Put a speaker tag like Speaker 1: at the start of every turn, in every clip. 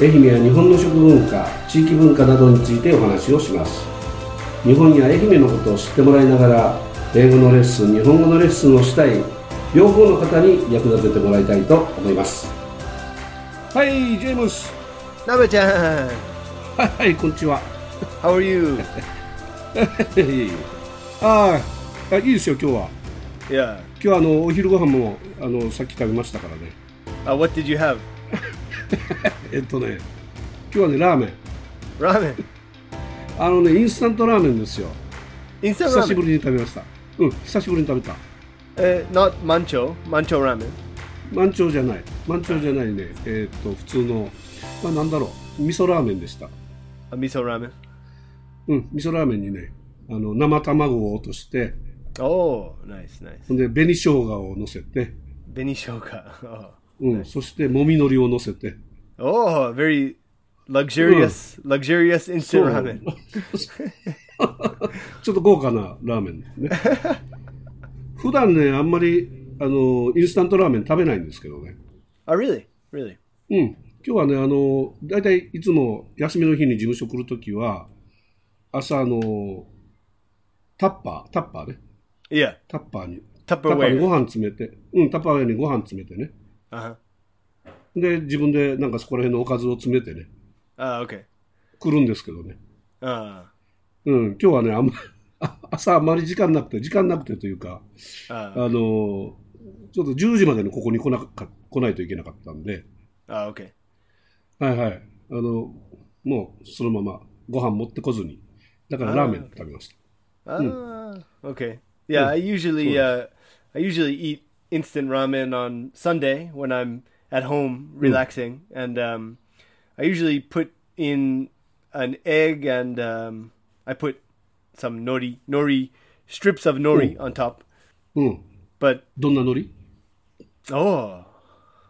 Speaker 1: 愛媛や日本の食文化地域文化などについてお話をします日本や愛媛のことを知ってもらいながら英語のレッスン日本語のレッスンをしたい両方の方に役立ててもらいたいと思いますはいジェームス
Speaker 2: なべちゃん
Speaker 1: はいはいこんにちは
Speaker 2: How are you?
Speaker 1: ああいいですよ今日は
Speaker 2: Yeah.
Speaker 1: 今日はあのお昼ご飯もあのさっき食べましたからね
Speaker 2: Uh, what did you have?
Speaker 1: えっとね今日はねラーメン
Speaker 2: Ramen.
Speaker 1: あのねインスタントラーメンですよ
Speaker 2: Instant
Speaker 1: 久しぶ
Speaker 2: ramen.
Speaker 1: りに食べましたうん久しぶりに食べた
Speaker 2: Uh, not mancho. Mancho ramen.
Speaker 1: 満潮じゃない満潮じゃないねえーっと普通のまあなんだろう味噌ラーメンでした
Speaker 2: A miso ramen.
Speaker 1: うん味噌ラーメンにねあの生卵を落として
Speaker 2: Oh, nice, nice.
Speaker 1: ほんで紅生姜を乗せて、
Speaker 2: Benishoka. Oh,
Speaker 1: うん、そしてもみのりを乗せて
Speaker 2: oh very luxurious, luxurious instant ramen.
Speaker 1: ちょっと豪華なラーメンですね普段ねあんまりあのインスタントラーメン食べないんですけどね
Speaker 2: Oh, really? Really?
Speaker 1: うん、今日はね、あの、大体いつも休みの日に事務所来るときは、朝あの、タッパー、タッパーね、
Speaker 2: Yeah.
Speaker 1: タッパーに、タッパーに
Speaker 2: Tupperware.
Speaker 1: ご飯詰めて、うん、タッパーにご飯詰めてね、
Speaker 2: Uh-huh.
Speaker 1: で、自分でなんかそこら辺のおかずを詰めてね、
Speaker 2: Ah, okay.
Speaker 1: 来るんですけどね、
Speaker 2: Uh,
Speaker 1: うん、今日はね、あんま朝あまり時間なくて、時間なくてというか、あ
Speaker 2: uh,
Speaker 1: の、ちょっと10時までにここに来なか来ないといけなかったんで、
Speaker 2: ah, okay.
Speaker 1: はいはい。あの、もうそのままご飯持ってこずに、だからラーメン食べました。
Speaker 2: Ah, okay. Yeah, I usually uh, I usually eat instant ramen on Sunday when I'm at home relaxing, and um, I usually put in an egg and um, I put some nori nori strips of nori on top.
Speaker 1: うん。
Speaker 2: But
Speaker 1: どんな海苔
Speaker 2: oh,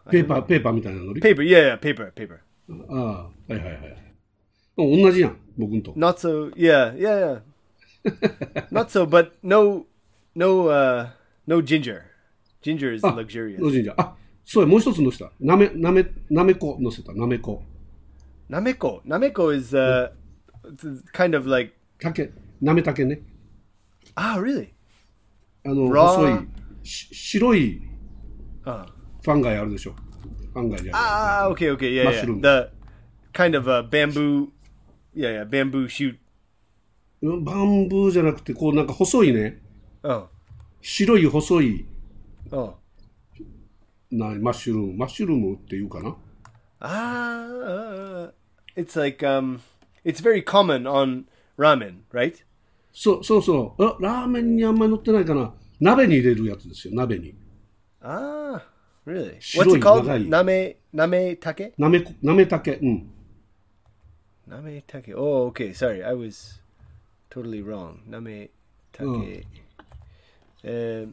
Speaker 1: ペーパー、ペーパーみたいな海苔
Speaker 2: paper, yeah, yeah, paper, paper.
Speaker 1: ああ、はいはいはい。うん同じやん、僕んと。
Speaker 2: Not so, yeah, yeah, yeah. Not so, but no, no, uh, no ginger. Ginger is
Speaker 1: あ、
Speaker 2: luxurious.
Speaker 1: のじんじゃ。あ、そうや、もう一つ乗せた。なめ、なめ、なめこ乗せた、なめこ。
Speaker 2: Nameko. Nameko is uh, it's kind of like
Speaker 1: 竹、なめたけね。
Speaker 2: ah, really?
Speaker 1: あの、
Speaker 2: Raw
Speaker 1: 細い、し白い
Speaker 2: Uh,
Speaker 1: ファンガイあるでしょ。ファンガイじゃない。
Speaker 2: ah, okay, okay, yeah, yeah.
Speaker 1: Mushroom.
Speaker 2: The kind of a bamboo, yeah, yeah, bamboo shoot.
Speaker 1: うんバンブーじゃなくて、こうなんか細いね、
Speaker 2: Oh,
Speaker 1: 白い細い、
Speaker 2: oh,
Speaker 1: なマッシュルーム、マッシュルームっていうかな。
Speaker 2: ah, uh, it's like um, it's very common on ramen, right?
Speaker 1: そうそうそうあラーメンにあんまり乗ってないかな鍋に入れるやつですよ鍋に
Speaker 2: Ah, really? What's
Speaker 1: Shiroi,
Speaker 2: it called?
Speaker 1: nagai.
Speaker 2: Name name take?
Speaker 1: なめこなめたけうん、
Speaker 2: Name take. Oh, okay. Sorry, I was totally wrong. Name take. Um,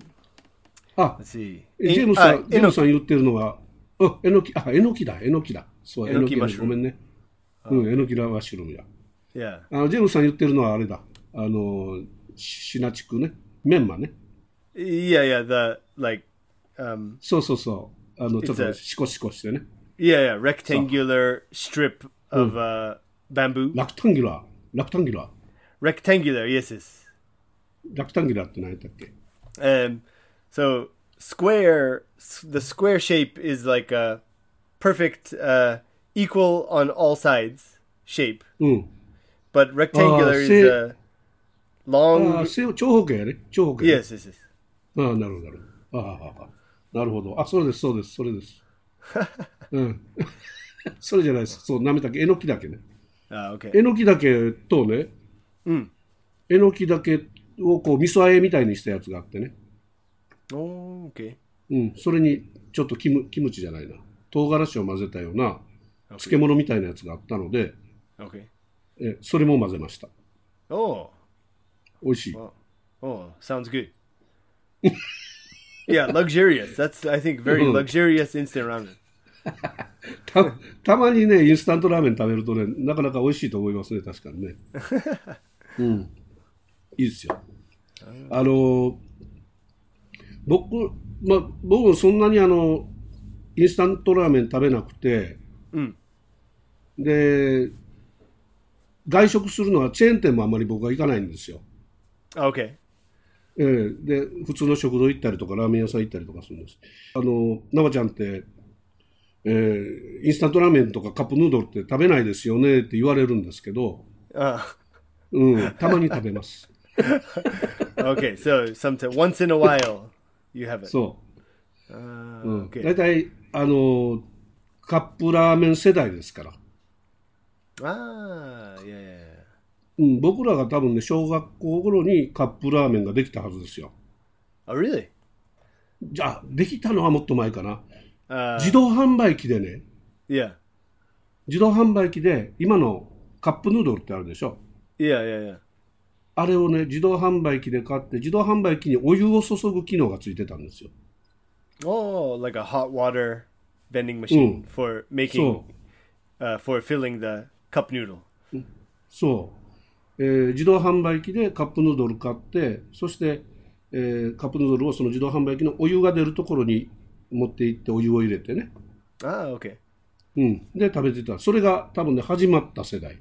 Speaker 1: あ
Speaker 2: let's see.
Speaker 1: えジェーム
Speaker 2: In-
Speaker 1: スさ
Speaker 2: ah,
Speaker 1: んジェームスさん言ってるのはあえのきあえのきだえのきだそう
Speaker 2: え
Speaker 1: え
Speaker 2: の
Speaker 1: の
Speaker 2: き
Speaker 1: きだ
Speaker 2: マッシュル
Speaker 1: ご
Speaker 2: ー
Speaker 1: め
Speaker 2: ム
Speaker 1: んねうんえのきだは白身だ
Speaker 2: yeah.
Speaker 1: あのジェームスさん言ってるのはあれだあのシナチクねメンマね
Speaker 2: Yeah, yeah, the like um
Speaker 1: そうそうそうあのちょっ
Speaker 2: It's a-
Speaker 1: とシコシコしてね
Speaker 2: yeah, yeah, rectangular strip of uh bamboo.
Speaker 1: ラクタンギュラーラクタンギュラ
Speaker 2: Rectangular, yes, yes.
Speaker 1: ーラクタンギュラーって何やったっけ
Speaker 2: Um so square s- the square shape is like a perfect uh equal on all sides shape,
Speaker 1: うん、
Speaker 2: but rectangular
Speaker 1: Ah,
Speaker 2: is
Speaker 1: see- Oh,
Speaker 2: a long
Speaker 1: ああ正長方形やね長方形
Speaker 2: yes, yes, yes.
Speaker 1: ああ、なるほど、なるほど。ああああ、ああなるほど。あ、そうです、そうです、それ です。うん。 それじゃないです。そう、なめたけ、えのきだけね。
Speaker 2: Ah, okay.
Speaker 1: えのきだけとね、
Speaker 2: うん。
Speaker 1: えのきだけをこう、味噌あえみたいにしたやつがあってね。
Speaker 2: Oh, okay.
Speaker 1: うん。それに、ちょっとキムキムチじゃないな。唐辛子を混ぜたような、漬物みたいなやつがあったので、
Speaker 2: Okay.
Speaker 1: えそれも混ぜました
Speaker 2: Oh,
Speaker 1: 美味しい
Speaker 2: oh, sounds good. yeah, luxurious. That's I think very
Speaker 1: Mm.
Speaker 2: luxurious instant ramen.
Speaker 1: たたまにねインスタントラーメン食べるとねなかなか美味しいと思いますね確かに ねうんいいですよあの僕まあ僕そんなにあのインスタントラーメン食べなくて、
Speaker 2: うん
Speaker 1: で外食するのはチェーン店もあんまり僕は行かないんですよ
Speaker 2: Okay.
Speaker 1: ええで普通の食堂行ったりとかラーメン屋さん行ったりとかするんですあの奈ちゃんって、ええインスタントラーメンとかカップヌードルって食べないですよねって言われるんですけど、
Speaker 2: Uh,
Speaker 1: うん、たまに食べます
Speaker 2: okay. So sometimes once in a while you have it.
Speaker 1: そ
Speaker 2: Uh,
Speaker 1: う、うん、
Speaker 2: okay.
Speaker 1: 大体あのカップラーメン世代ですから、
Speaker 2: Ah, yeah. yeah, yeah.
Speaker 1: うん、僕らが多分ね小学校頃にカップラーメンができたはずですよ
Speaker 2: Oh, really?
Speaker 1: じゃあできたのはもっと前かな
Speaker 2: Uh,
Speaker 1: 自動販売機でね
Speaker 2: yeah.
Speaker 1: 自動販売機で今のカップヌードルってあるでしょ
Speaker 2: Yeah, yeah, yeah.
Speaker 1: あれをね、自動販売機で買って、自動販売機にお湯を注ぐ機能がついてたんですよ。
Speaker 2: Oh, like a hot water vending machine for
Speaker 1: そ
Speaker 2: making
Speaker 1: う、
Speaker 2: uh, for filling the cup noodle.
Speaker 1: そう。えー自動販売機でカップヌードル買って、そして、えーカップヌードルをその自動販売機のお湯が出るところに持って行ってお湯を入れてね。
Speaker 2: Ah, okay.
Speaker 1: うん。で、食べてた。それが多分ね、始まった世代。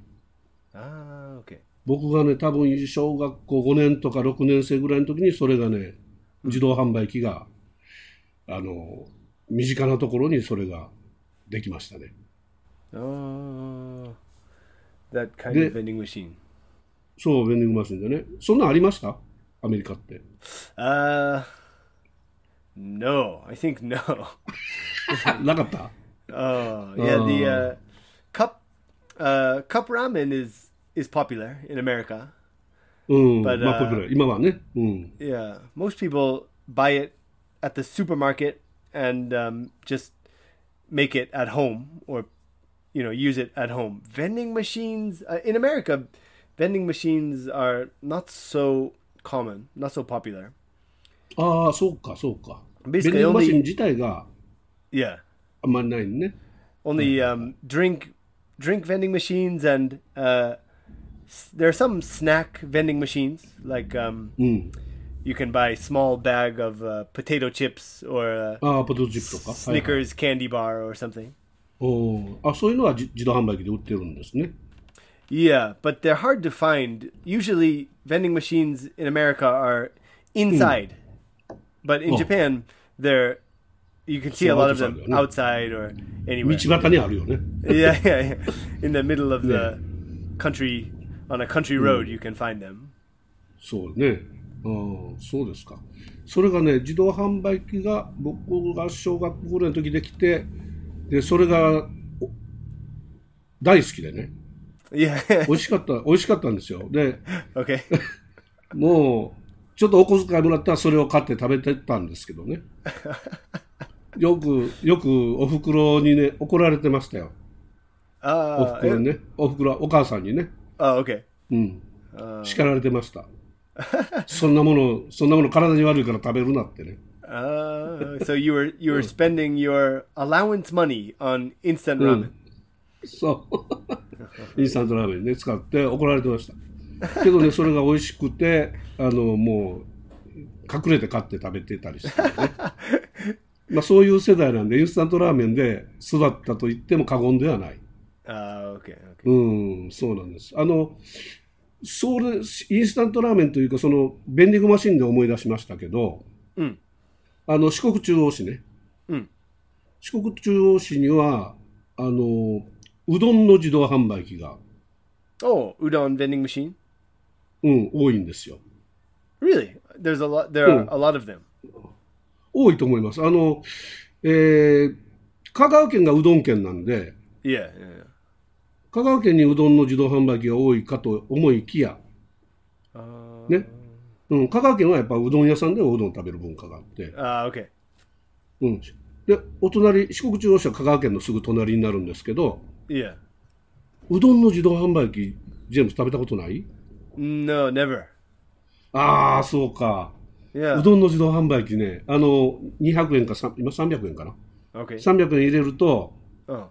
Speaker 2: Ah, okay.
Speaker 1: 僕がね、多分小学校5年とか6年生ぐらいの時に、それがね、自動販売機が、あの、身近なところにそれができましたね。
Speaker 2: Oh, that kind
Speaker 1: The-
Speaker 2: of vending machine.
Speaker 1: そう、ベンディングマシンでね。そんなんありましたアメリカ って。
Speaker 2: Uh, no, I think no.
Speaker 1: なかった
Speaker 2: Oh, yeah. The
Speaker 1: Oh.
Speaker 2: uh, cup uh, cup ramen is is popular in America.
Speaker 1: うん。
Speaker 2: But,
Speaker 1: まあ、
Speaker 2: uh,
Speaker 1: ポピュラー今はね。うん。
Speaker 2: Yeah, most people buy it at the supermarket and um, just make it at home or you know use it at home. Vending machines uh, in America, vending machines are not so common, not so popular.
Speaker 1: ああ、そうか、そうか。ベンデ
Speaker 2: Basically
Speaker 1: ィングマシン
Speaker 2: only-
Speaker 1: 自体が
Speaker 2: Yeah,
Speaker 1: あんまりないね。
Speaker 2: only um, drink drink vending machines and uh, s- there are some snack vending machines like um,
Speaker 1: うん。
Speaker 2: you can buy small bag of uh, potato chips or. Uh,
Speaker 1: ああ、ポテトチップとか。はいはい
Speaker 2: Snickers candy bar or something.
Speaker 1: おーあ、そういうのはじ自動販売機で売ってるんですね。
Speaker 2: Yeah, but they're hard to find. Usually, vending machines in America are inside, but in
Speaker 1: Oh.
Speaker 2: Japan, they're you can see a
Speaker 1: So
Speaker 2: lot of
Speaker 1: outside,
Speaker 2: them
Speaker 1: yeah.
Speaker 2: outside or
Speaker 1: 道
Speaker 2: anywhere.
Speaker 1: 端にあるよね。
Speaker 2: yeah, yeah, yeah, in the middle of the country on a country road, you can find them.
Speaker 1: そうね。ああ、そうですか。それがね、自動販売機が僕が小学校ぐらいの時できて、で、それがお大好きでね。
Speaker 2: Yeah.
Speaker 1: 美味しかった、美味しかったんですよ。で、
Speaker 2: okay.
Speaker 1: もう、ちょっとお小遣いもらったらそれを買って食べてたんですけどね。よく、よくお袋にね、怒られてましたよ。お
Speaker 2: Uh,
Speaker 1: 袋にね。お袋はお母さんにね。
Speaker 2: oh, okay.
Speaker 1: うん。叱られてました。そんなもの、そんなもの体に悪いから食べるなってね。
Speaker 2: Uh, so you were you were spending your allowance money on instant ramen.
Speaker 1: そう。インスタントラーメンね、使って怒られてました。けどね、それが美味しくて、あの、もう、隠れて買って食べてたりして、ね。まあそういう世代なんで、インスタントラーメンで育ったと言っても過言ではない。
Speaker 2: Uh, okay. Okay.
Speaker 1: うん、そうなんです。あの、それ、インスタントラーメンというか、その、ベンディングマシンで思い出しましたけど、
Speaker 2: うん
Speaker 1: あの、四国中央市ね。
Speaker 2: うん
Speaker 1: 四国中央市には、あの、うどんの自動販売機が、
Speaker 2: Oh, udon vending machine.
Speaker 1: うん、多いんですよ。
Speaker 2: Really? There's a lot. There are
Speaker 1: Hmm.
Speaker 2: a lot of them.
Speaker 1: 多いと思います。あの、えー香川県がうどん県なんで、
Speaker 2: Yeah. yeah, yeah.
Speaker 1: 香川県にうどんの自動販売機が多いかと思いきや、
Speaker 2: Uh,
Speaker 1: ね。うん、香川県はやっぱうどん屋さんでおうどん食べる文化があって、
Speaker 2: ah, okay.
Speaker 1: うん、でお隣四国中央市は香川県のすぐ隣になるんですけど
Speaker 2: Yeah.
Speaker 1: うどんの自動販売機ジェームス食べたことない
Speaker 2: No, never.
Speaker 1: ああ、そうか。
Speaker 2: Yeah.
Speaker 1: うどんの自動販売機ね、あの、200円か、さん今300円かな。
Speaker 2: Okay.
Speaker 1: 300円入れると、
Speaker 2: Oh.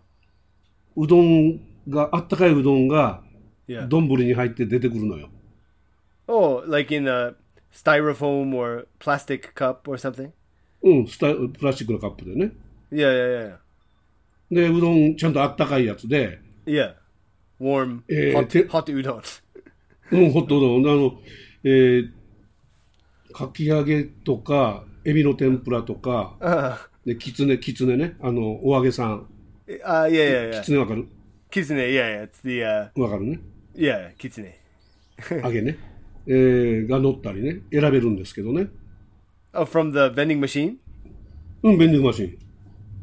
Speaker 1: うどんが、あったかいうどんが、
Speaker 2: Yeah.
Speaker 1: 丼に入って出てくるのよ。
Speaker 2: Oh, like in a styrofoam or plastic cup or something?
Speaker 1: うん、スタイプラスチックのカップでね。
Speaker 2: Yeah, yeah, yeah. yeah.
Speaker 1: で、うどん、ちゃんとあったかいやつで、
Speaker 2: Yeah. Warm,
Speaker 1: Eh,
Speaker 2: hot,
Speaker 1: te-
Speaker 2: hot udon.
Speaker 1: うん、ホットドッグ。あの、えーかき揚げとか、エビの天ぷらとか、
Speaker 2: Uh,
Speaker 1: で、きつね、きつねね。あの、お揚げさん。
Speaker 2: uh, yeah, yeah,
Speaker 1: き
Speaker 2: yeah.
Speaker 1: つねわかる
Speaker 2: Kitsune, yeah, yeah. It's the, uh,
Speaker 1: わかるね。
Speaker 2: yeah, kitsune.
Speaker 1: 揚げね。えーが乗ったりね。選べるんですけどね。
Speaker 2: Oh, from the vending machine?
Speaker 1: うん、ベンディングマシン。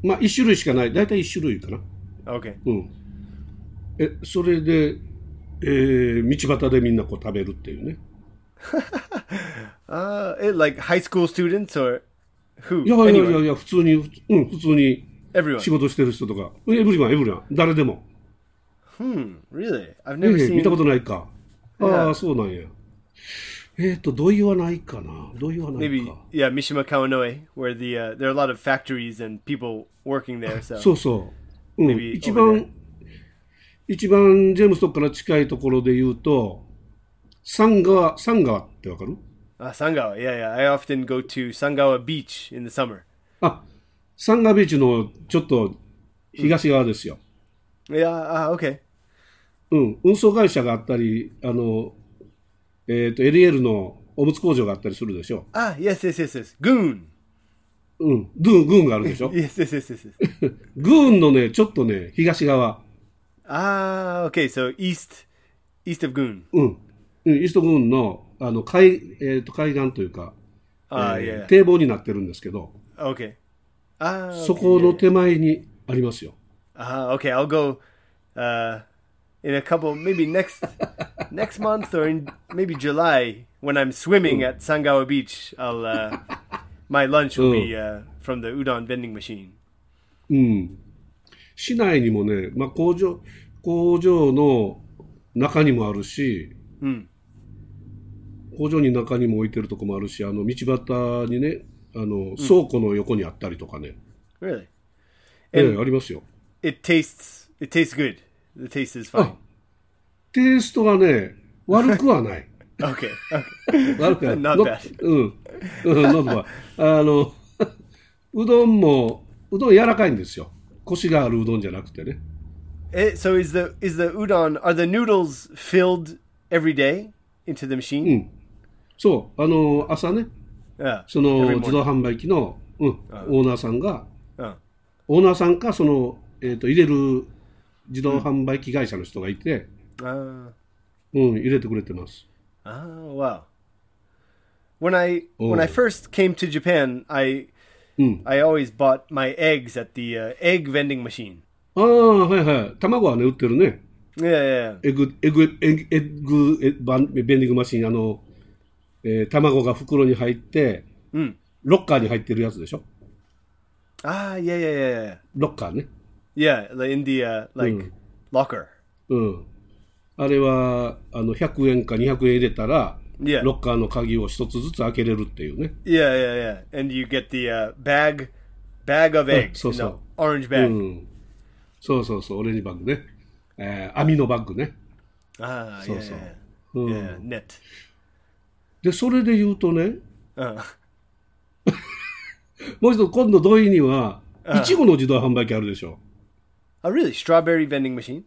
Speaker 1: まあ、一種類しかない。だいたい一種類かな。
Speaker 2: Okay.
Speaker 1: うん。え、それで、えー道端でみんなこう食べるっていうね。
Speaker 2: Uh, eh, like high school students or who?
Speaker 1: いやいやい
Speaker 2: Anyone.
Speaker 1: やいや、普通に、ふつうん、普通に
Speaker 2: Everyone.
Speaker 1: 仕事してる人とか。エブリマン、エブリマン。誰でも。
Speaker 2: Hmm, really? I've
Speaker 1: え
Speaker 2: never
Speaker 1: え
Speaker 2: seen.
Speaker 1: 見たことないか。あ
Speaker 2: や
Speaker 1: あ、そうなんや。えっ、と、土井はないかな。土井はない
Speaker 2: Maybe
Speaker 1: か。
Speaker 2: yeah, Mishima Kawanoe, where the uh, there are a lot of factories and people working there. So
Speaker 1: そうそう。うん、
Speaker 2: Maybe
Speaker 1: 一
Speaker 2: over there.
Speaker 1: 番、一番ジェームスとこから近いところで言うと、三川、三川ってわかる
Speaker 2: Ah, Sangawa, yeah, yeah. I often go to Sangawa Beach in the summer.
Speaker 1: あ、三川ビーチのちょっと東側ですよ。
Speaker 2: Yeah, ah, okay.
Speaker 1: うん、運送会社があったり、あの、えっ、と、LL のおむつ工場があったりするでしょ。
Speaker 2: Ah, yes, yes, yes, yes. Goon.
Speaker 1: うん、軍、軍があるでしょ。
Speaker 2: Yes, yes, yes, yes. yes.
Speaker 1: 軍のね、ちょっとね、東側。
Speaker 2: ah, okay. So east, east of Goon.
Speaker 1: うん、うんイースト軍のあの海,、えー、と海岸というか、
Speaker 2: Ah,
Speaker 1: えー
Speaker 2: yeah.
Speaker 1: 堤防になってるんですけど、
Speaker 2: Okay. Ah, okay,
Speaker 1: そこ
Speaker 2: yeah,
Speaker 1: の
Speaker 2: yeah.
Speaker 1: 手前にありますよ。
Speaker 2: Ah, okay. I'll go. Uh, in a couple, maybe next next month or in maybe July when I'm swimming at Sangawa Beach, I'll uh, my lunch will be uh, from the udon vending machine.
Speaker 1: うん、市内にもね、まあ、工場工場の中にもあるし、
Speaker 2: うん
Speaker 1: 工場に中にも置いてるとこもあるし、あの道端にね、あの倉庫の横にあったりとかね、
Speaker 2: Really,
Speaker 1: え
Speaker 2: and
Speaker 1: えありますよ。
Speaker 2: it tastes it tastes good. The taste is
Speaker 1: あ
Speaker 2: fine.
Speaker 1: テイストがね、悪くはない。
Speaker 2: Okay. okay.
Speaker 1: 悪 くない。
Speaker 2: Not
Speaker 1: Not-
Speaker 2: bad.
Speaker 1: うん。うん、not bad. あの、 うどんも、うどん柔らかいんですよ。コシがあるうどんじゃなくてね。
Speaker 2: Eh, so is the is the udon are the noodles filled every day into the
Speaker 1: う
Speaker 2: machine?
Speaker 1: ん。そう、あの、朝ね、
Speaker 2: Yeah.
Speaker 1: その
Speaker 2: Every
Speaker 1: 自動
Speaker 2: morning.
Speaker 1: 販売機の、うん、オーナーさんが、
Speaker 2: Uh,
Speaker 1: オーナーさんか、その、えっ、と、入れる自動販売機会社の人がいて、
Speaker 2: uh,
Speaker 1: うん、入れてくれてます。
Speaker 2: Oh wow! When I when
Speaker 1: Oh.
Speaker 2: I first came to Japan, I
Speaker 1: Mm.
Speaker 2: I always bought my eggs at the uh, egg vending machine.
Speaker 1: ああ、はいはい。卵はね、売ってるね。
Speaker 2: Yeah, yeah, yeah.
Speaker 1: エグ、エグ、エグ、エグ、エバンベンディングマシン、あの、えー卵が袋に入って、
Speaker 2: Mm.
Speaker 1: ロッカーに入ってるやつでしょ
Speaker 2: Ah, yeah, yeah, yeah, yeah.
Speaker 1: ロッカーね。
Speaker 2: Yeah, like in the uh, like
Speaker 1: Mm.
Speaker 2: locker.
Speaker 1: うん。あれは、あの、100円か200円入れたら、
Speaker 2: Yeah,
Speaker 1: ロッカーの鍵を一つずつ開けれるっていうね。
Speaker 2: yeah, yeah, yeah. And you get the uh, bag bag of eggs,
Speaker 1: so,
Speaker 2: in the
Speaker 1: so. Mm.
Speaker 2: orange
Speaker 1: う
Speaker 2: bag.
Speaker 1: ん。そうそうそう、オレンジバッグね。えー網のバッグね。
Speaker 2: Ah,
Speaker 1: So, so. Mm.
Speaker 2: yeah, yeah, yeah.
Speaker 1: うん。
Speaker 2: Yeah, net.
Speaker 1: で、それで言うとね、
Speaker 2: Uh,
Speaker 1: もう一度今度土井には、いちごの自動販売機あるでしょ。
Speaker 2: oh, really? Strawberry vending machine?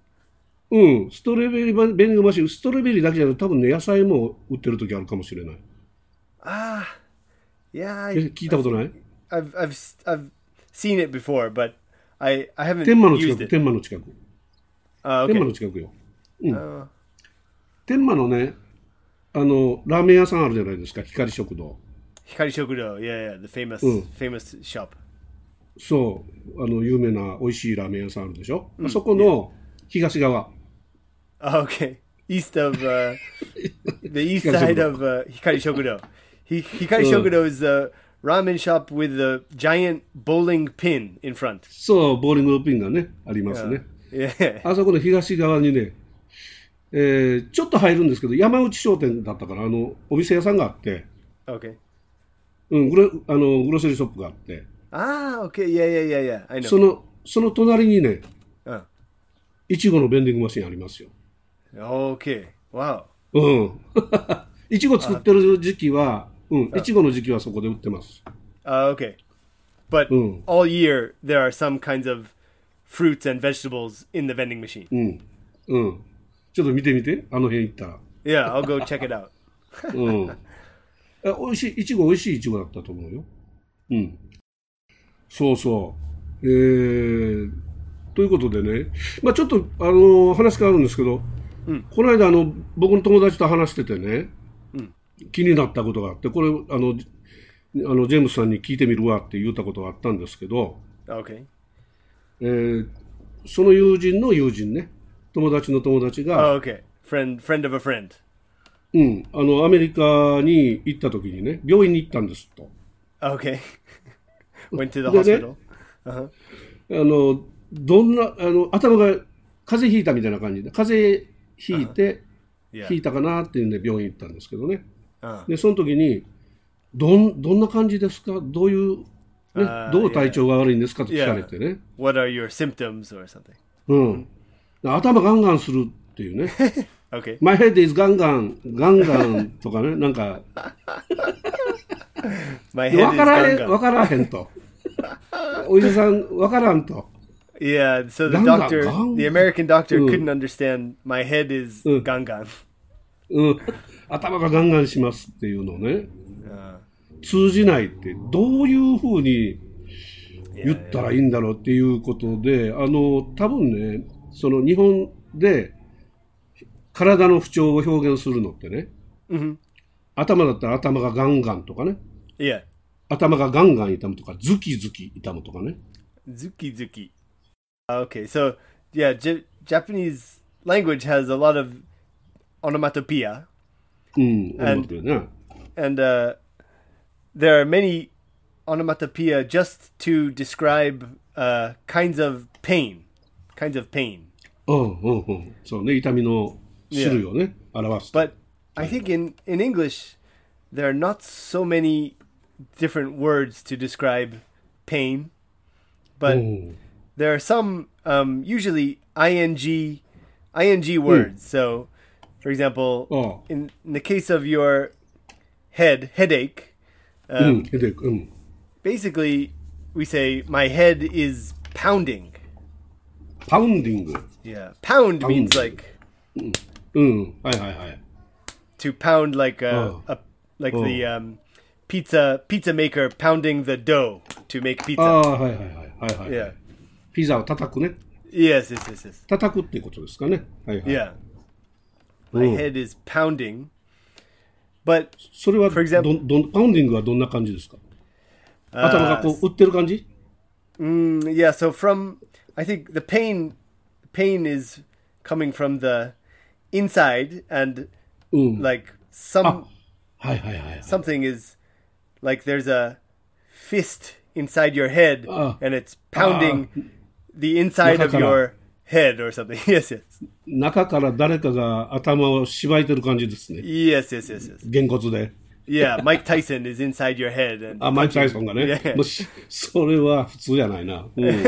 Speaker 1: うん、ストロベリーバベンディングマシン、ストロベリーだけじゃなくて、多分ね、野菜も売ってる時あるかもしれない。
Speaker 2: Ah, yeah.
Speaker 1: え
Speaker 2: I,
Speaker 1: 聞いたことない
Speaker 2: I've I've s- I've seen it before, but I I haven't
Speaker 1: 天満の近
Speaker 2: used
Speaker 1: く、
Speaker 2: it.
Speaker 1: 天満の近く。
Speaker 2: Uh,
Speaker 1: 天
Speaker 2: okay.
Speaker 1: 満の近くよ。うん。
Speaker 2: Uh,
Speaker 1: 天満のね、あの、ラーメン屋さんあるじゃないですか、光食堂。
Speaker 2: Hikari Shokudo, yeah, yeah, the famous
Speaker 1: Mm.
Speaker 2: famous shop.
Speaker 1: そう、あの、有名な美味しいラーメン屋さんあるでしょ。あそこの東側。
Speaker 2: Oh, okay, east of uh, the east side
Speaker 1: Shokudo.
Speaker 2: of uh, Hikari Shokudo. Hi- Hikari
Speaker 1: Mm.
Speaker 2: Shokudo is the ramen shop with the giant bowling pin in front. Uh,
Speaker 1: そう、ボーリングのピンがね、ありますね。
Speaker 2: Yeah,
Speaker 1: あそこの東側にね、ええーちょっと入るんですけど、山内商店だったから、あの、お店屋さんがあって、
Speaker 2: Okay.
Speaker 1: うん、グロあのグロッセリーショップがあって、
Speaker 2: Ah, okay. Yeah, yeah, yeah, yeah. I know.
Speaker 1: その、その隣にね、
Speaker 2: Uh,
Speaker 1: いちごのベンディングマシンありますよ。
Speaker 2: okay. Wow.
Speaker 1: うん。いちご作ってる時期は、うん、いちごの時期はそこで売ってます。
Speaker 2: Uh, okay. But
Speaker 1: Mm.
Speaker 2: all year there are some kinds of fruits and vegetables in the vending machine.
Speaker 1: うん。うん。ちょっと見てみて、あの辺行ったら。
Speaker 2: Yeah, I'll go check it out.
Speaker 1: うん。 え、美味しい、いちご美味しいいちごだったと思うよ。うん。そうそう。えー、ということでね、まあちょっと、あのー話変わるんですけど、この間、あの、僕の友達と話しててね、気になったことがあって、これ、あの、じあのジェームスさんに聞いてみるわって言ったことがあったんですけど、
Speaker 2: Okay.
Speaker 1: えーその友人の友人ね、友達の友達が、
Speaker 2: Oh, okay. Friend friend of a friend.
Speaker 1: うん、あの、アメリカに行った時にね、病院に行ったんですと。
Speaker 2: Okay. Went to the
Speaker 1: Did it?
Speaker 2: hospital.
Speaker 1: あの、どんな、あの、頭が風邪ひいたみたいな感じで、風邪ひいて、
Speaker 2: Yeah.
Speaker 1: ひいたかなっていうんで病院行ったんですけどね。
Speaker 2: Uh,
Speaker 1: で、その時に、どん、どんな感じですかどういう、ね
Speaker 2: あー、
Speaker 1: どう体調が悪いんですかと聞かれてね。
Speaker 2: what are your symptoms or something?
Speaker 1: うん。頭ガンガンするっていうね。
Speaker 2: Okay.
Speaker 1: My head is ガンガン、ガンガンとかね、なんか、
Speaker 2: My head
Speaker 1: わか
Speaker 2: is
Speaker 1: らへん、
Speaker 2: ganga.
Speaker 1: わからへんと。 お医者さん、わからんと。
Speaker 2: Yeah, so the
Speaker 1: Ganga,
Speaker 2: doctor,
Speaker 1: ganga.
Speaker 2: the American doctor,
Speaker 1: Mm.
Speaker 2: couldn't understand. My head is
Speaker 1: Mm.
Speaker 2: gangan.
Speaker 1: うん、頭がガンガンしますっていうのをね、
Speaker 2: Uh,
Speaker 1: 通じないって、どういうふうに言ったらいいんだろうっていうことで、あの、多分ね、その日本で体の不調を表現するのってね、
Speaker 2: Mhm.
Speaker 1: 頭だったら頭がガンガンとかね、
Speaker 2: yeah,
Speaker 1: 頭がガンガン痛むとか、ズキズキ痛むとかね。
Speaker 2: zuki zuki. Uh, okay, so yeah, J- Japanese language has a lot of onomatopoeia,
Speaker 1: うん、
Speaker 2: And-
Speaker 1: 思ってるね。
Speaker 2: and uh, there are many onomatopoeia just to describe uh, kinds of pain, kinds of pain.
Speaker 1: うんうんうん。そうね、痛みの種類をね、表すと。
Speaker 2: But I think in, in English, there are not so many different words to describe pain, but
Speaker 1: うん、
Speaker 2: there are some um, usually ing ing words. So, for example,
Speaker 1: Oh.
Speaker 2: in, in the case of your head headache,
Speaker 1: う
Speaker 2: um,
Speaker 1: ん、ヘデイク、うん。
Speaker 2: basically we say my head is pounding.
Speaker 1: パウンディング。
Speaker 2: Yeah, pound means
Speaker 1: Pounding.
Speaker 2: like
Speaker 1: うん、はいはいはい。
Speaker 2: to pound like a,
Speaker 1: Oh.
Speaker 2: a like
Speaker 1: Oh.
Speaker 2: the um, pizza pizza maker pounding the dough to make
Speaker 1: あ
Speaker 2: pizza.
Speaker 1: あ、はいはいはいはいはい。
Speaker 2: Yeah.
Speaker 1: ピザを叩くね。
Speaker 2: Yes, yes, yes, yes.
Speaker 1: 叩くっていうことですかね。はいはい。
Speaker 2: Yeah. My
Speaker 1: うん
Speaker 2: head is pounding. But
Speaker 1: それは
Speaker 2: For example-
Speaker 1: どんどんパウンディングはどんな感じですか頭がこう打ってる感じ
Speaker 2: uh, Mm, yeah, so from I think the pain pain is coming from the inside and
Speaker 1: うん。はい
Speaker 2: like some
Speaker 1: Ah. はいはい。
Speaker 2: something is like there's a fist inside your head
Speaker 1: Ah.
Speaker 2: and it's pounding the inside of
Speaker 1: Nakakara.
Speaker 2: your head or something. yes, yes.
Speaker 1: 中から誰かが頭を縛いてる感じですね。
Speaker 2: Yes, yes, yes, yes.
Speaker 1: げんこつで。
Speaker 2: Yeah, Mike Tyson is inside your head and
Speaker 1: あ、マイク・タイソンが
Speaker 2: いや
Speaker 1: ね
Speaker 2: いや。
Speaker 1: もし、それは普通じゃないな。うん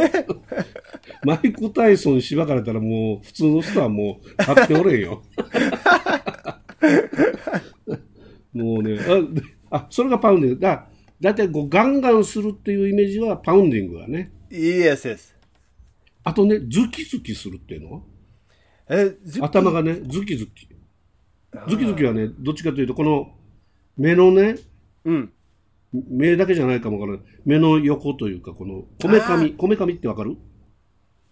Speaker 1: マイク・タイソンに縛られたらもう普通の人はもう立っておれんよ。もうね、あ、あそれがパウンディング。だ、だいたいこうガンガンするっていうイメージはパウンディングがね。
Speaker 2: yes, yes.
Speaker 1: あとね、ズキズキするっていうのは
Speaker 2: Uh, Zuki-
Speaker 1: 頭がね、ズキズキ。ズキズキはね、どっちかというと、この目のね、
Speaker 2: うん
Speaker 1: 目だけじゃないかもわからない。目の横というか、この、こめかみ、こめかみってわかる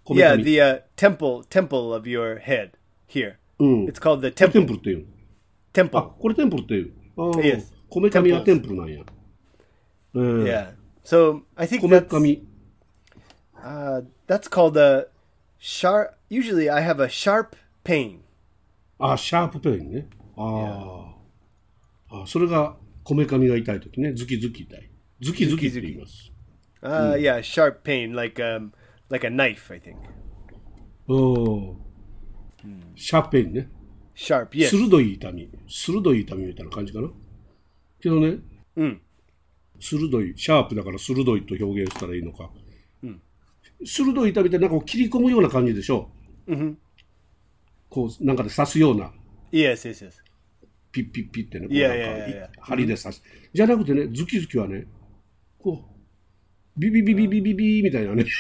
Speaker 1: こめ
Speaker 2: yeah,
Speaker 1: かみ。
Speaker 2: the uh, temple temple of your head here.
Speaker 1: うん。
Speaker 2: It's called the
Speaker 1: テ
Speaker 2: temple.
Speaker 1: ンプルっていう。あ、
Speaker 2: Temple.
Speaker 1: これテンプルっていう。ああ
Speaker 2: Yes.
Speaker 1: こめかみはテンプルなんや。えー
Speaker 2: Yeah. So I think
Speaker 1: こめ
Speaker 2: that's,
Speaker 1: かみ。
Speaker 2: uh, that's called a sharp. Usually, I have a sharp pain.
Speaker 1: あ、シャープペンね。ああ。あ、それが、こめかみが痛いときね。ズキズキ痛い。ズキズキって言います。
Speaker 2: Uh, Yeah, sharp pain, like um, like a knife. I think.
Speaker 1: おーシャーペンね。
Speaker 2: Sharp, yes.
Speaker 1: 鋭い痛み、鋭い痛みみたいな感じかな。けどね、
Speaker 2: うん
Speaker 1: 鋭い、シャープだから鋭いと表現したらいいのか。鋭い痛みってなんかこう切り込むような感じでしょ。こう、なんかで刺すような、
Speaker 2: Yes, yes, yes.
Speaker 1: ピッピッピッってね、こ
Speaker 2: いうや
Speaker 1: なんか
Speaker 2: いやいやいや
Speaker 1: い針で刺す。じゃなくてね、ズキズキはね、こう、ビビビビビビビみたいなね、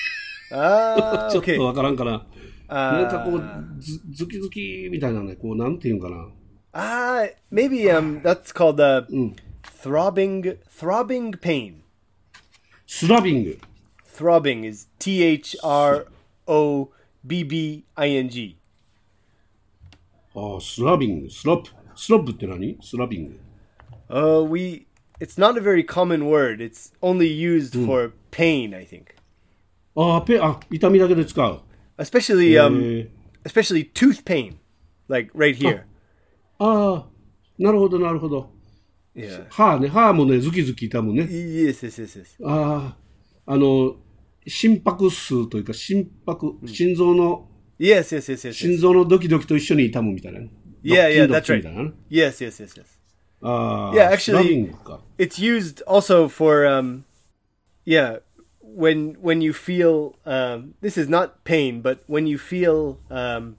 Speaker 2: Ah,
Speaker 1: ちょっ
Speaker 2: okay.
Speaker 1: とわからんから、
Speaker 2: あー
Speaker 1: なんかこう、ズズキズキみたいなね、こう、なんていうんかな。
Speaker 2: Ah, maybe um, that's called uh, throbbing, throbbing pain.
Speaker 1: スラビング。
Speaker 2: Throbbing is T H R O B B I N G.
Speaker 1: ああ、スラビング、スラップ。スラップって何スラビング。
Speaker 2: Uh, we. It's not a very common word. It's only used for pain, I think.
Speaker 1: ああ、ペ、あ、痛みだけで使う。
Speaker 2: Especially,
Speaker 1: え
Speaker 2: um,
Speaker 1: ー
Speaker 2: especially tooth pain, like right here.
Speaker 1: ああ、なるほど、なるほど。
Speaker 2: Yeah.
Speaker 1: 歯ね、歯もね、ズキズキ痛むね。
Speaker 2: Yes, yes, yes, yes.
Speaker 1: ああ、あの、心拍数というか、心拍、心臓の、
Speaker 2: Yes, yes, yes, yes. yes.
Speaker 1: 心臓のドキドキと一緒に痛むみたいなね。
Speaker 2: Yeah, yeah,
Speaker 1: ド
Speaker 2: that's
Speaker 1: キド
Speaker 2: right.
Speaker 1: キみたいなね。
Speaker 2: Yes, yes, yes, yes.
Speaker 1: ああ、
Speaker 2: Yeah, actually-
Speaker 1: スラビングか。
Speaker 2: It's used also for, um, yeah, when when you feel um, this is not pain, but when you feel um,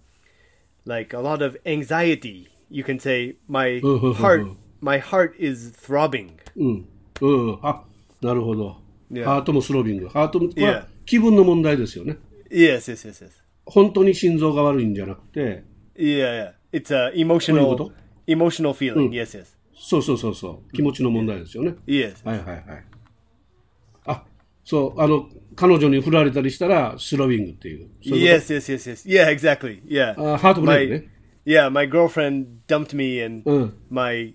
Speaker 2: like a lot of anxiety, you can say my heart, my heart is throbbing.
Speaker 1: うん。うん、あ、なるほど。
Speaker 2: Yeah.
Speaker 1: ハートもスロービング。ハートも、これ
Speaker 2: Yeah.
Speaker 1: は気分の問題ですよね。
Speaker 2: Yes, yes, yes, yes.
Speaker 1: 本当に心臓が悪いんじゃなくて、
Speaker 2: Yeah, yeah. it's a emotional,
Speaker 1: What?
Speaker 2: emotional feeling. Yes, yes,
Speaker 1: そうそうそうそう、気持ちの問題ですよね。
Speaker 2: yes.
Speaker 1: はいはいはい。あそう、あの、彼女に振られたりしたら、スロービングっていう。そういうこ
Speaker 2: Yes, yes, yes, yes. Yeah, exactly. Yeah.
Speaker 1: Uh, heartbreak, eh?
Speaker 2: yeah, my girlfriend dumped me, and
Speaker 1: Mm.
Speaker 2: my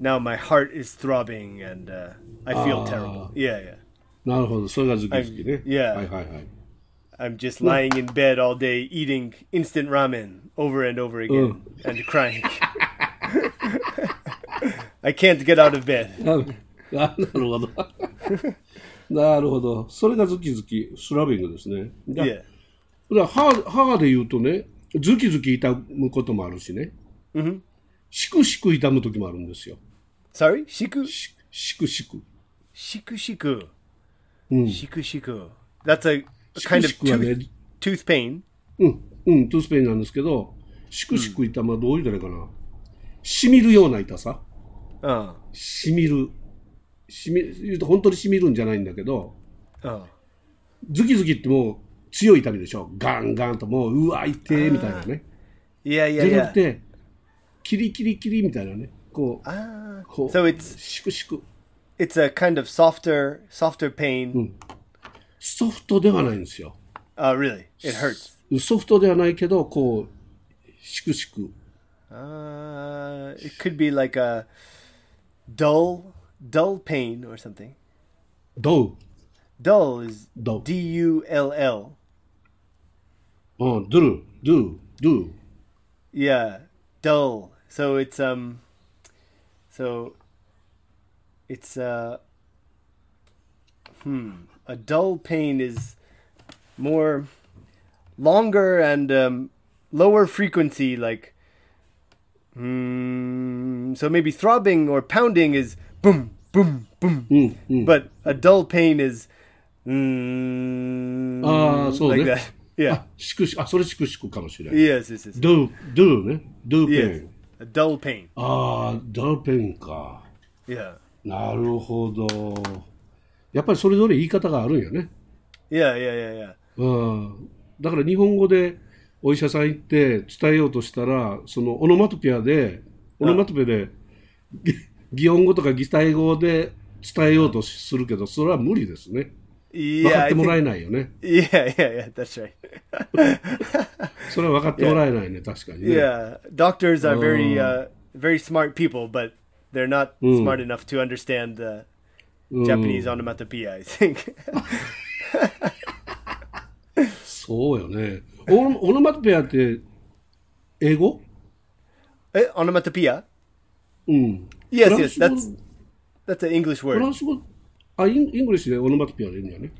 Speaker 2: now my heart is throbbing, and uh, I feel terrible. Yeah, yeah.
Speaker 1: となるほど、それがズキズキね。
Speaker 2: I- yeah.
Speaker 1: はいはいはい。
Speaker 2: I'm just lying in bed all day eating instant ramen over and over again and crying. I can't get out of bed.
Speaker 1: あなるほど。 なるほど。それがズキズキ、スロービングですね。だ
Speaker 2: Yeah.
Speaker 1: だから歯歯で言うとね、ズキズキ痛むこともあるしね。しくしく痛む時もあるんですよ。
Speaker 2: Sorry, shiku,
Speaker 1: ししくしく。
Speaker 2: shiku, shiku, shiku, shiku. That's a, a kind
Speaker 1: シク
Speaker 2: of
Speaker 1: シクはね
Speaker 2: tooth, tooth pain.
Speaker 1: うん、うん、トゥースペインなんですけど、しくしく痛ま、どういうたらいいかな。しみるような痛さ。
Speaker 2: Oh,
Speaker 1: しみる。しみ、言うと本当にしみるんじゃないんだけど、
Speaker 2: oh.
Speaker 1: ズキズキってもう強い痛みでしょ。ガンガンともう、うわ、痛え、みたいなね。
Speaker 2: Yeah, yeah,
Speaker 1: じゃな
Speaker 2: yeah.
Speaker 1: くて、キリキリキリみたいなね。こう、
Speaker 2: Ah,
Speaker 1: こう、
Speaker 2: so it's
Speaker 1: しくしく。
Speaker 2: it's a kind of softer softer pain.
Speaker 1: ソフトではないんですよ。
Speaker 2: Uh, really, it hurts.
Speaker 1: ソフトではないけど、こう、しくしく。
Speaker 2: Uh, it could be like a dull dull pain or something.
Speaker 1: どう
Speaker 2: Dull is
Speaker 1: Dull.
Speaker 2: D U L L.
Speaker 1: うん、ドゥル、ドゥ、ドゥ。
Speaker 2: Yeah, dull. So it's um, so it's uh, hmm, a dull pain is more longer and um, lower frequency, like hmm. So maybe throbbing or pounding is boom, boom, boom.
Speaker 1: うん、うん。
Speaker 2: But a dull pain is mm,
Speaker 1: Ah, so Ah.
Speaker 2: like
Speaker 1: that-
Speaker 2: that. Yeah.
Speaker 1: あ、しくし、あ、それしくしくかもしれない。
Speaker 2: Yes, yes, yes.
Speaker 1: do, do ね。do pain.
Speaker 2: Yes. A dull pain.
Speaker 1: ああ、do pain か。
Speaker 2: Yeah.
Speaker 1: なるほど。やっぱりそれぞれ言い方があるんやね。
Speaker 2: Yeah, yeah, yeah, yeah.
Speaker 1: うん。だから日本語でお医者さん行って伝えようとしたら、そのオノマトペアで、オノマトペで、 ぎ擬音語とか擬態語で伝えようとするけど、それは無理ですね。分
Speaker 2: Yeah,
Speaker 1: かっ
Speaker 2: I
Speaker 1: ても
Speaker 2: think-
Speaker 1: らえないよね。
Speaker 2: yeah, yeah, yeah. That's right.
Speaker 1: それは分かってもらえないね、確かにね。
Speaker 2: Yeah, doctors are very,
Speaker 1: Oh.
Speaker 2: uh, very smart people, but they're not smart enough to understand the
Speaker 1: うん
Speaker 2: Japanese onomatopoeia. I think.
Speaker 1: そうよね。オノオノマトペアって、英語
Speaker 2: Eh, onomatopoeia.
Speaker 1: うん。
Speaker 2: Yes,
Speaker 1: フラン
Speaker 2: yes.
Speaker 1: ス語
Speaker 2: That's that's an English
Speaker 1: フラ
Speaker 2: word.
Speaker 1: ンス語、あ、インイングリッシュでオノマトペアでいいんだよね。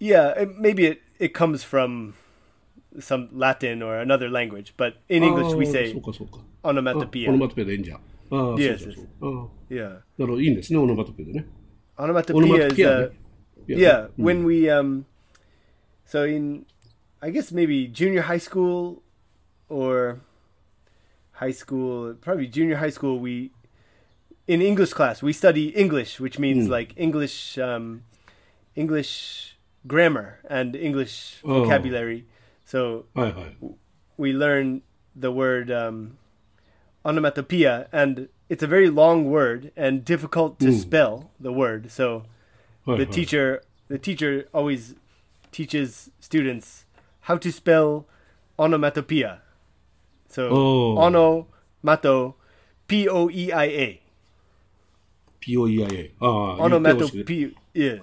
Speaker 2: eh, Yeah, it, maybe it it comes from some Latin or another language, but in English we say
Speaker 1: そうかそうか。
Speaker 2: onomatopoeia.
Speaker 1: あオノマトペでいいんじゃん。ああ、
Speaker 2: Yes,
Speaker 1: そうそう
Speaker 2: yes.
Speaker 1: そう。ああ
Speaker 2: yeah,
Speaker 1: なるほど、いいんですね、オノマトペでね。
Speaker 2: onomatopoeia is uh,
Speaker 1: ね
Speaker 2: yeah,
Speaker 1: い
Speaker 2: when we um, so in I guess maybe junior high school or high school, probably junior high school. We in English class we study English, which means like English um, English grammar and English
Speaker 1: Oh.
Speaker 2: vocabulary. So
Speaker 1: はいはい。
Speaker 2: we learn the word um, onomatopoeia, and it's a very long word and difficult to spell the word. So
Speaker 1: はいは
Speaker 2: the
Speaker 1: い
Speaker 2: teacher, the teacher always teaches students how to spell onomatopoeia. So
Speaker 1: Oh.
Speaker 2: onomato, p o e i a,
Speaker 1: POEIA。ああ、言ってほしい
Speaker 2: onomatopoeia. Yeah.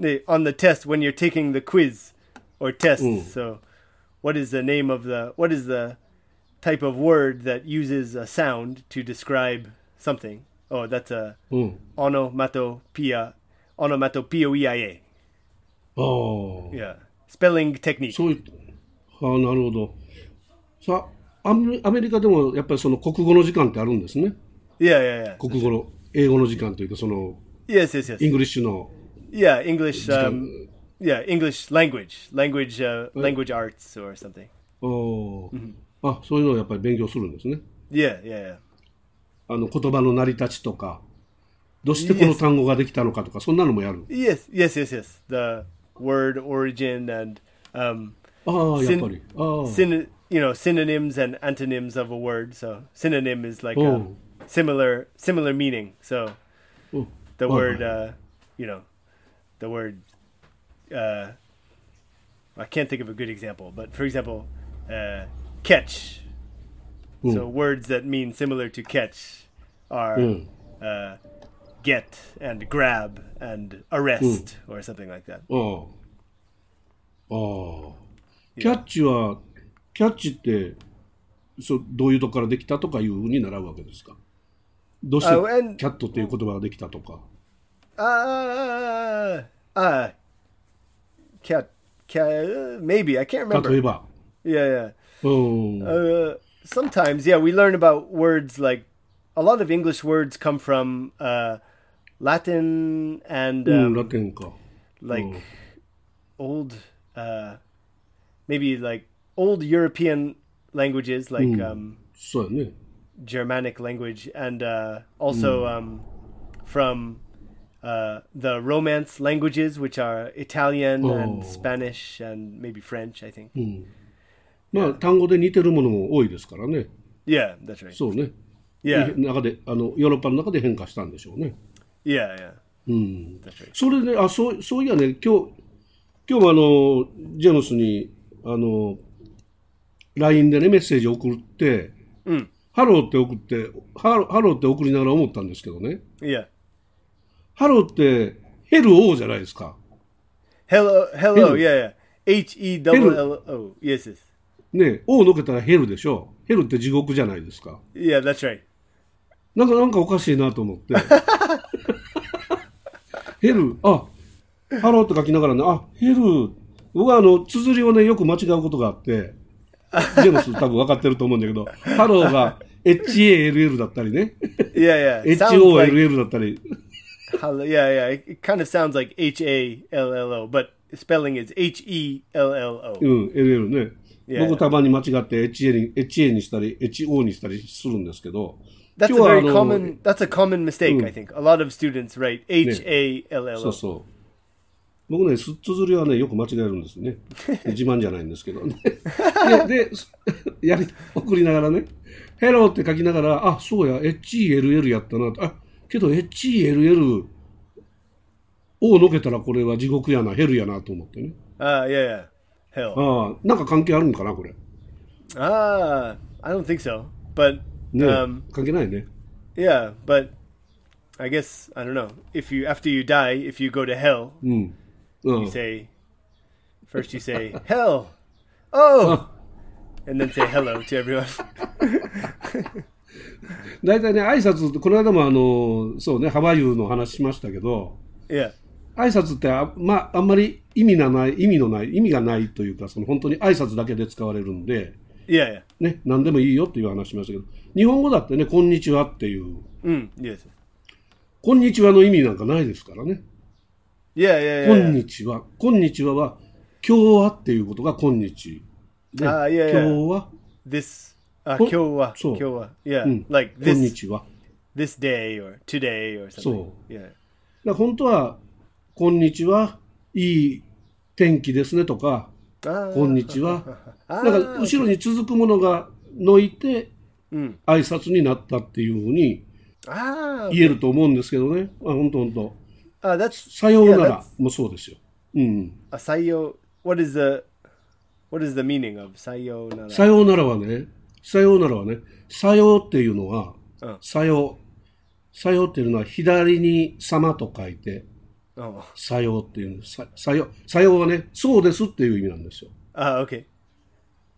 Speaker 2: They- On the test when you're taking the quiz or test. So, what is the name of the what is the type of word that uses a sound to describe something? Oh, that's a
Speaker 1: うん。
Speaker 2: onomatopoeia, onomatopoeia.
Speaker 1: ああ、
Speaker 2: Yeah, spelling technique.
Speaker 1: そういああ、なるほど。さあ、アメアメリカでもやっぱりその国語の時間ってあるんですね。
Speaker 2: Yeah, yeah, yeah.
Speaker 1: 国語の、英語の時間というか、その、
Speaker 2: Yes, yes, yes.
Speaker 1: イングリッシュの、
Speaker 2: yeah, English.
Speaker 1: 間
Speaker 2: Um, yeah, English language, language, uh, language arts or something.
Speaker 1: おーあそういうのをやっぱり勉強するんですね。
Speaker 2: Yeah, yeah, yeah.
Speaker 1: あの言葉の成り立ちとか、どうしてこの単語ができたのかとか、そんなのもやる。
Speaker 2: Yes, yes, yes, yes. The word origin and um,
Speaker 1: ああ、やっぱり
Speaker 2: syn-。
Speaker 1: ああ、
Speaker 2: syn- you know synonyms and antonyms of a word. So synonym is like
Speaker 1: Oh.
Speaker 2: a similar similar meaning. So
Speaker 1: うん
Speaker 2: the
Speaker 1: はい
Speaker 2: word,
Speaker 1: はい
Speaker 2: uh, you know, the word. Uh, I can't think of a good example, but for example, uh, catch. So words that mean similar to catch are
Speaker 1: Mm.
Speaker 2: uh, get and grab and arrest or something like that.
Speaker 1: ああ。ああ。キャッチは、キャッチって、そどういうとこからできたとかいうふうに習うわけですかどうして
Speaker 2: あ when-
Speaker 1: キャットっていう言葉ができたとか。
Speaker 2: Uh, uh, cat, cat, maybe I can't
Speaker 1: 例え
Speaker 2: remember.
Speaker 1: ば、
Speaker 2: Yeah, yeah.
Speaker 1: うん、
Speaker 2: Uh, sometimes, yeah, we learn about words like a lot of English words come from uh, Latin and
Speaker 1: うん
Speaker 2: um,
Speaker 1: ラテンか。
Speaker 2: like
Speaker 1: oh.
Speaker 2: old, uh, maybe like old European languages like um,
Speaker 1: そうやね。
Speaker 2: Germanic language and uh,
Speaker 1: Hmm.
Speaker 2: also um, from uh, the Romance languages, which are Italian
Speaker 1: Oh. Hmm.
Speaker 2: and Spanish and maybe French, I think.
Speaker 1: まあ、単語で似てるものも多いですからね。
Speaker 2: Yeah, that's right.
Speaker 1: そうね。
Speaker 2: Yeah,
Speaker 1: 中であのヨーロッパの中で変化したんでしょうね。
Speaker 2: yeah, yeah.
Speaker 1: うん、
Speaker 2: That's right.
Speaker 1: それで、あそうそういやね、今日今日もあのジェームスにあの LINE でね、メッセージ送って、
Speaker 2: ん
Speaker 1: ハローって送ってハロー、ハローって送りながら思ったんですけどね、
Speaker 2: Yeah.
Speaker 1: ハローって、ヘルオーじゃないですか。
Speaker 2: Hello,
Speaker 1: Hello.
Speaker 2: hello. Yeah, yeah. H E double L
Speaker 1: Hello.
Speaker 2: O. Yes, yes.
Speaker 1: ね、O のけたらヘルでしょ。ヘルって地獄じゃないですか。
Speaker 2: Yeah, that's right.
Speaker 1: なんか、なんかおかしいなと思って。 ヘル、あ、ハローって書きながらね、あ、ヘル、僕はあの、綴りをね、よく間違うことがあって、ジェームス多分分かってると思うんだけど、ハローが HALL だったりね、
Speaker 2: Yeah,
Speaker 1: E
Speaker 2: yeah. Sounds like
Speaker 1: HOLL だったり、
Speaker 2: hello. Yeah, yeah. It, it kind of sounds like H A L L O, but spelling is H E L L
Speaker 1: う
Speaker 2: O.
Speaker 1: ん、LL ね。
Speaker 2: Yeah.
Speaker 1: 僕たまに間違って HA に HA にしたり、HO にしたりするんですけど、
Speaker 2: That's a
Speaker 1: 今日はあ
Speaker 2: very
Speaker 1: の
Speaker 2: common. That's a common mistake, I think. A lot of students write H A L
Speaker 1: そ
Speaker 2: L
Speaker 1: う
Speaker 2: O.
Speaker 1: そう。僕ね、す綴りはね、よく間違えるんですね。自慢じゃないんですけどね。で、でそやり、送りながらね、ヘローって書きながら、あ、そうや、HELL やったなと。あ、けど HELL をのけたらこれは地獄やな、ヘルやなと思ってね。
Speaker 2: Ah, yeah, yeah. Hell.
Speaker 1: ああ、なんか関係あるんかな、これ。
Speaker 2: Ah, I don't think so. But
Speaker 1: ね、
Speaker 2: um,
Speaker 1: 関係ないね。
Speaker 2: yeah, but I guess I don't know. If you after you die, if you go to hell,
Speaker 1: うん。うん、
Speaker 2: you say first you say hell oh and then say hello to everyone
Speaker 1: 大体ね、挨拶って、この間もあの、そうね、ハワイユの話しましたけど、
Speaker 2: yeah
Speaker 1: 挨拶ってあ,、まあ、あんまり意味がない意味のない意味がないというかその本当に挨拶だけで使われるんで、
Speaker 2: Yeah, yeah.
Speaker 1: ね、何でもいいよっていう話しましたけど日本語だってね「こんにちは」っていう
Speaker 2: Mm, yes.
Speaker 1: 「こんにちは」の意味なんかないですからね
Speaker 2: Yeah,
Speaker 1: 「
Speaker 2: yeah,
Speaker 1: こ
Speaker 2: yeah.
Speaker 1: んにちは」「こんにちは」は「今日は」っていうことが「こんにち」ね
Speaker 2: あーいやい
Speaker 1: 今
Speaker 2: や
Speaker 1: 日は」
Speaker 2: Ah, This uh,
Speaker 1: こん-
Speaker 2: kyowa,
Speaker 1: そう。
Speaker 2: kyowa. Yeah,
Speaker 1: うん「
Speaker 2: like
Speaker 1: こんに
Speaker 2: this
Speaker 1: ちは」
Speaker 2: this day or today or something.
Speaker 1: So.
Speaker 2: Yeah.
Speaker 1: だから本当は「こんにちは」「いい天気ですね」とか「こん
Speaker 2: Ah,
Speaker 1: にち は」
Speaker 2: ah,
Speaker 1: なんか後ろに続くものがのいて
Speaker 2: mm.
Speaker 1: 挨拶になったっていうふうに
Speaker 2: ah,
Speaker 1: 言えると思うんですけどね、あ本当本当
Speaker 2: ah, that's
Speaker 1: さような
Speaker 2: Yeah,
Speaker 1: ら
Speaker 2: that's-
Speaker 1: もそうですよ、うん、
Speaker 2: asayo. What is the what is the meaning of sayonara?
Speaker 1: さようならはねさようならはねさようっていうのは、
Speaker 2: うん
Speaker 1: さようさようっていうのは左に様と書いて
Speaker 2: oh.
Speaker 1: さようっていうのささようさようはねそうですっていう意味なんですよ
Speaker 2: Ah, okay.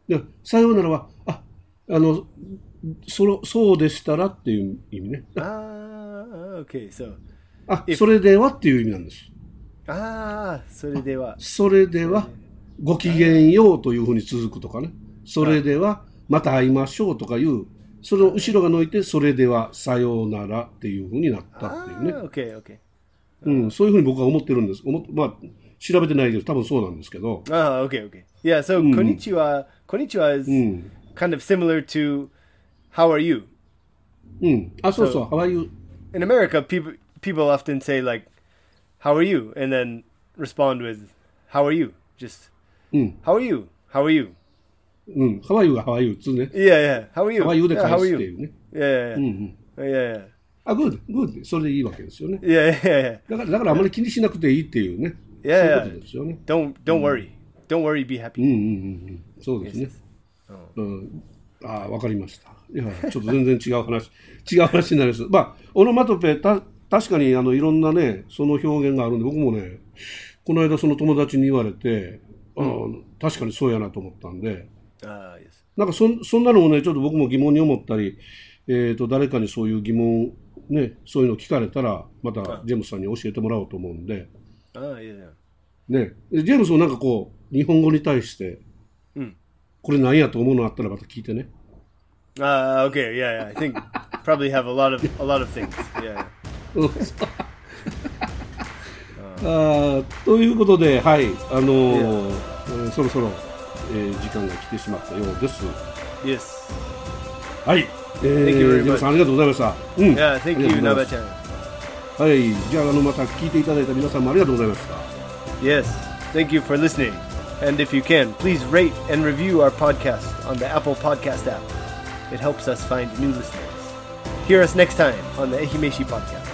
Speaker 1: でさようならはああのそろそうでしたらっていう意味ね
Speaker 2: Ah, okay. So,
Speaker 1: あそれではっていう意味なんです
Speaker 2: ah, それでは。
Speaker 1: それではごきげんようというふうに続くとかね、それではまた会いましょうとかいう、その後ろが抜いて、それではさようならっていうふうになったっていうね、
Speaker 2: Ah, okay, okay.
Speaker 1: うん、そういうふうに僕は思ってるんです、思っまあ、調べてないけど、多分そうなんですけど、
Speaker 2: Ah, okay, okay. Yeah, so
Speaker 1: Hmm.
Speaker 2: konnichiwa, konnichiwa is kind of similar to how are you?
Speaker 1: うん、あ、そうそう、ハワイユ、
Speaker 2: In America, people people often say like how are you and then respond with how are you? Just
Speaker 1: Mm.
Speaker 2: how are you? How are you?
Speaker 1: うん、ハワイユがハワイユっつうね、
Speaker 2: Yeah, yeah. How are you?
Speaker 1: ハワイユで
Speaker 2: yeah,
Speaker 1: 返
Speaker 2: how
Speaker 1: す
Speaker 2: are
Speaker 1: ってい
Speaker 2: you?
Speaker 1: うね、
Speaker 2: Yeah, yeah. Yeah, yeah.
Speaker 1: あ、グーグーそれでいいわけですよね。
Speaker 2: Yeah, yeah. yeah.
Speaker 1: だから、だからあまり気にしなくていいっていうね、
Speaker 2: いやいや
Speaker 1: そういうことですよね。
Speaker 2: Don't don't worry. Don't worry, be
Speaker 1: うん
Speaker 2: happy.
Speaker 1: うんうんうん、そうですね。うん、ああ、わかりました。いや、ちょっと全然違う話、 違う話になります。まあ、オノマトペ、た、確かに、あの、いろんなね、その表現があるんで、僕もね、この間その友達に言われて、あー確かにそうやなと思ったんで、
Speaker 2: Ah, yes.
Speaker 1: なんかそん、そんなのもね、ちょっと僕も疑問に思ったり、えっ、と、誰かにそういう疑問、ね、そういうの聞かれたら、また、ジェームスさんに教えてもらおうと思うんで、
Speaker 2: Ah, yeah. yeah.
Speaker 1: ね、ジェームスもなんかこう、日本語に対して、
Speaker 2: うん
Speaker 1: これ何やと思うのあったらまた聞いてね。
Speaker 2: Ah, okay. Yeah, yeah. I think probably have a lot of a lot of things. Yeah.
Speaker 1: うんあーということで、はい、あのーえーそろそろ、えー時間が来てしまったようです。
Speaker 2: Yes.
Speaker 1: はい、え
Speaker 2: Thank you
Speaker 1: ー、
Speaker 2: very much.
Speaker 1: ジムさんありがとうございました。うん、
Speaker 2: Yeah, thank
Speaker 1: ありが
Speaker 2: you,
Speaker 1: とうございま
Speaker 2: Naba
Speaker 1: す
Speaker 2: chan.
Speaker 1: はい、じゃあ、あの、また聞いていただいた皆さんもありがとうございました。
Speaker 2: Yes, thank you for listening. And if you can, please rate and review our podcast on the Apple Podcast app. It helps us find new listeners. Hear us next time on the Ehimeshi Podcast.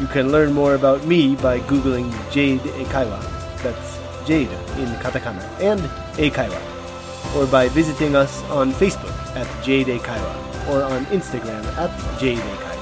Speaker 2: You can learn more about me by Googling Jade Eikaiwa. That's Jade in katakana and Eikaiwa. Or by visiting us on Facebook at Jade Eikaiwa or on Instagram at Jade Eikaiwa.